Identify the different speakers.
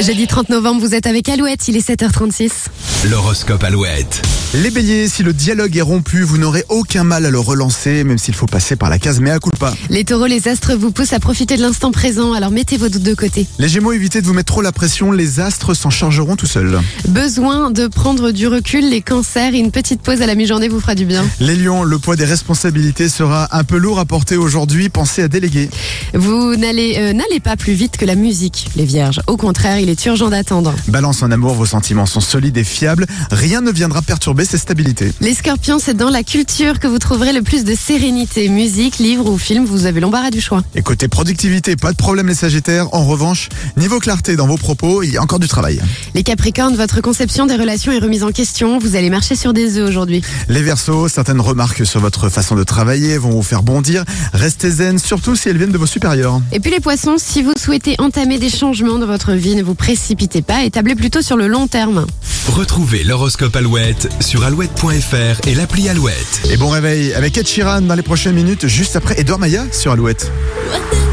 Speaker 1: Jeudi 30 novembre, vous êtes avec Alouette, il est 7h36.
Speaker 2: L'horoscope Alouette.
Speaker 3: Les béliers, si le dialogue est rompu, vous n'aurez aucun mal à le relancer, même s'il faut passer par la case mea culpa.
Speaker 1: Les taureaux, les astres vous poussent à profiter de l'instant présent, alors mettez vos doutes de côté.
Speaker 3: Les gémeaux, évitez de vous mettre trop la pression, les astres s'en chargeront tout seuls.
Speaker 1: Besoin de prendre du recul, les cancers, une petite pause à la mi-journée vous fera du bien.
Speaker 3: Les lions, le poids des responsabilités sera un peu lourd à porter aujourd'hui, pensez à déléguer.
Speaker 1: Vous n'allez euh, n'allez pas plus vite que la musique, les vierges. Au contraire, il est urgent d'attendre.
Speaker 3: Balance en amour, vos sentiments sont solides et fiables, rien ne viendra perturber cette stabilité.
Speaker 1: Les scorpions, c'est dans la culture que vous trouverez le plus de sérénité. Musique, livre ou film, vous avez l'embarras du choix.
Speaker 3: Et côté productivité, pas de problème les sagittaires, en revanche, niveau clarté dans vos propos, il y a encore du travail.
Speaker 1: Les capricornes, votre conception des relations est remise en question, vous allez marcher sur des œufs aujourd'hui.
Speaker 3: Les versos, certaines remarques sur votre façon de travailler vont vous faire bondir, restez zen, surtout si elles viennent de vos supérieurs.
Speaker 1: Et puis les poissons, si vous souhaitez entamer des changements dans votre vie, ne vous précipitez pas et tablez plutôt sur le long terme.
Speaker 2: Retrouvez l'horoscope Alouette sur alouette.fr et l'appli Alouette.
Speaker 3: Et bon réveil avec Ed Sheeran dans les prochaines minutes, juste après Edouard Maya sur Alouette.
Speaker 4: What the